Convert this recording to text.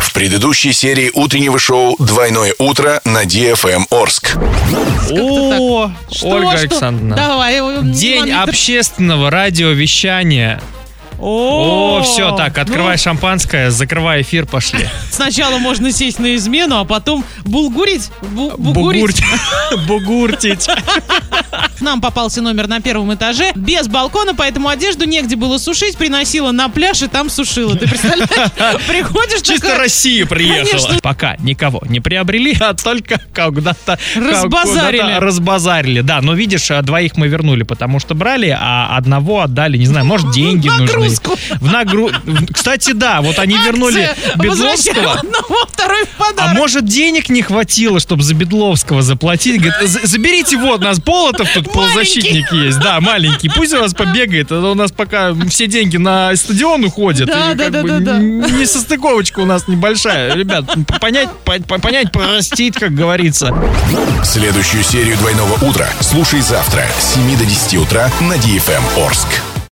В предыдущей серии утреннего шоу «Двойное утро» на DFM Орск. О, Что, Ольга что? Александровна. Давай. э, День монитор. общественного радиовещания. О, все, так, открывай Ну, шампанское, закрывай эфир, пошли. сначала можно сесть на измену, а потом булгурить. бу- бугурить. Бугуртить. Бугуртить. Нам попался номер на первом этаже без балкона, поэтому одежду негде было сушить. Приносила на пляж и там сушила. Ты представляешь? Приходишь Чисто такая- Россия приехала. Конечно. Пока никого не приобрели, а только когда-то Разбазарили. куда-то разбазарили. Да, но видишь, а, двоих мы вернули, потому что брали, а одного отдали, не знаю, может, деньги В нужны. нагрузку. В нагру- в- Кстати, да, вот они вернули Акция. Возвращаем Бедловского. одного, второй в А подарок. может, денег не хватило, чтобы за Бедловского заплатить? Говорит, «За- заберите вот, у нас Болотов тут полузащитник есть. Да, маленький. Пусть у нас побегает. а то у нас пока все деньги на стадион уходят. Да, и да, как да, бы да, да. н- Несостыковочка у нас небольшая. Ребят, п- понять, по- понять, простить, как говорится. Следующую серию «Двойного утра» слушай завтра с 7 до 10 утра на DFM Эм Орск.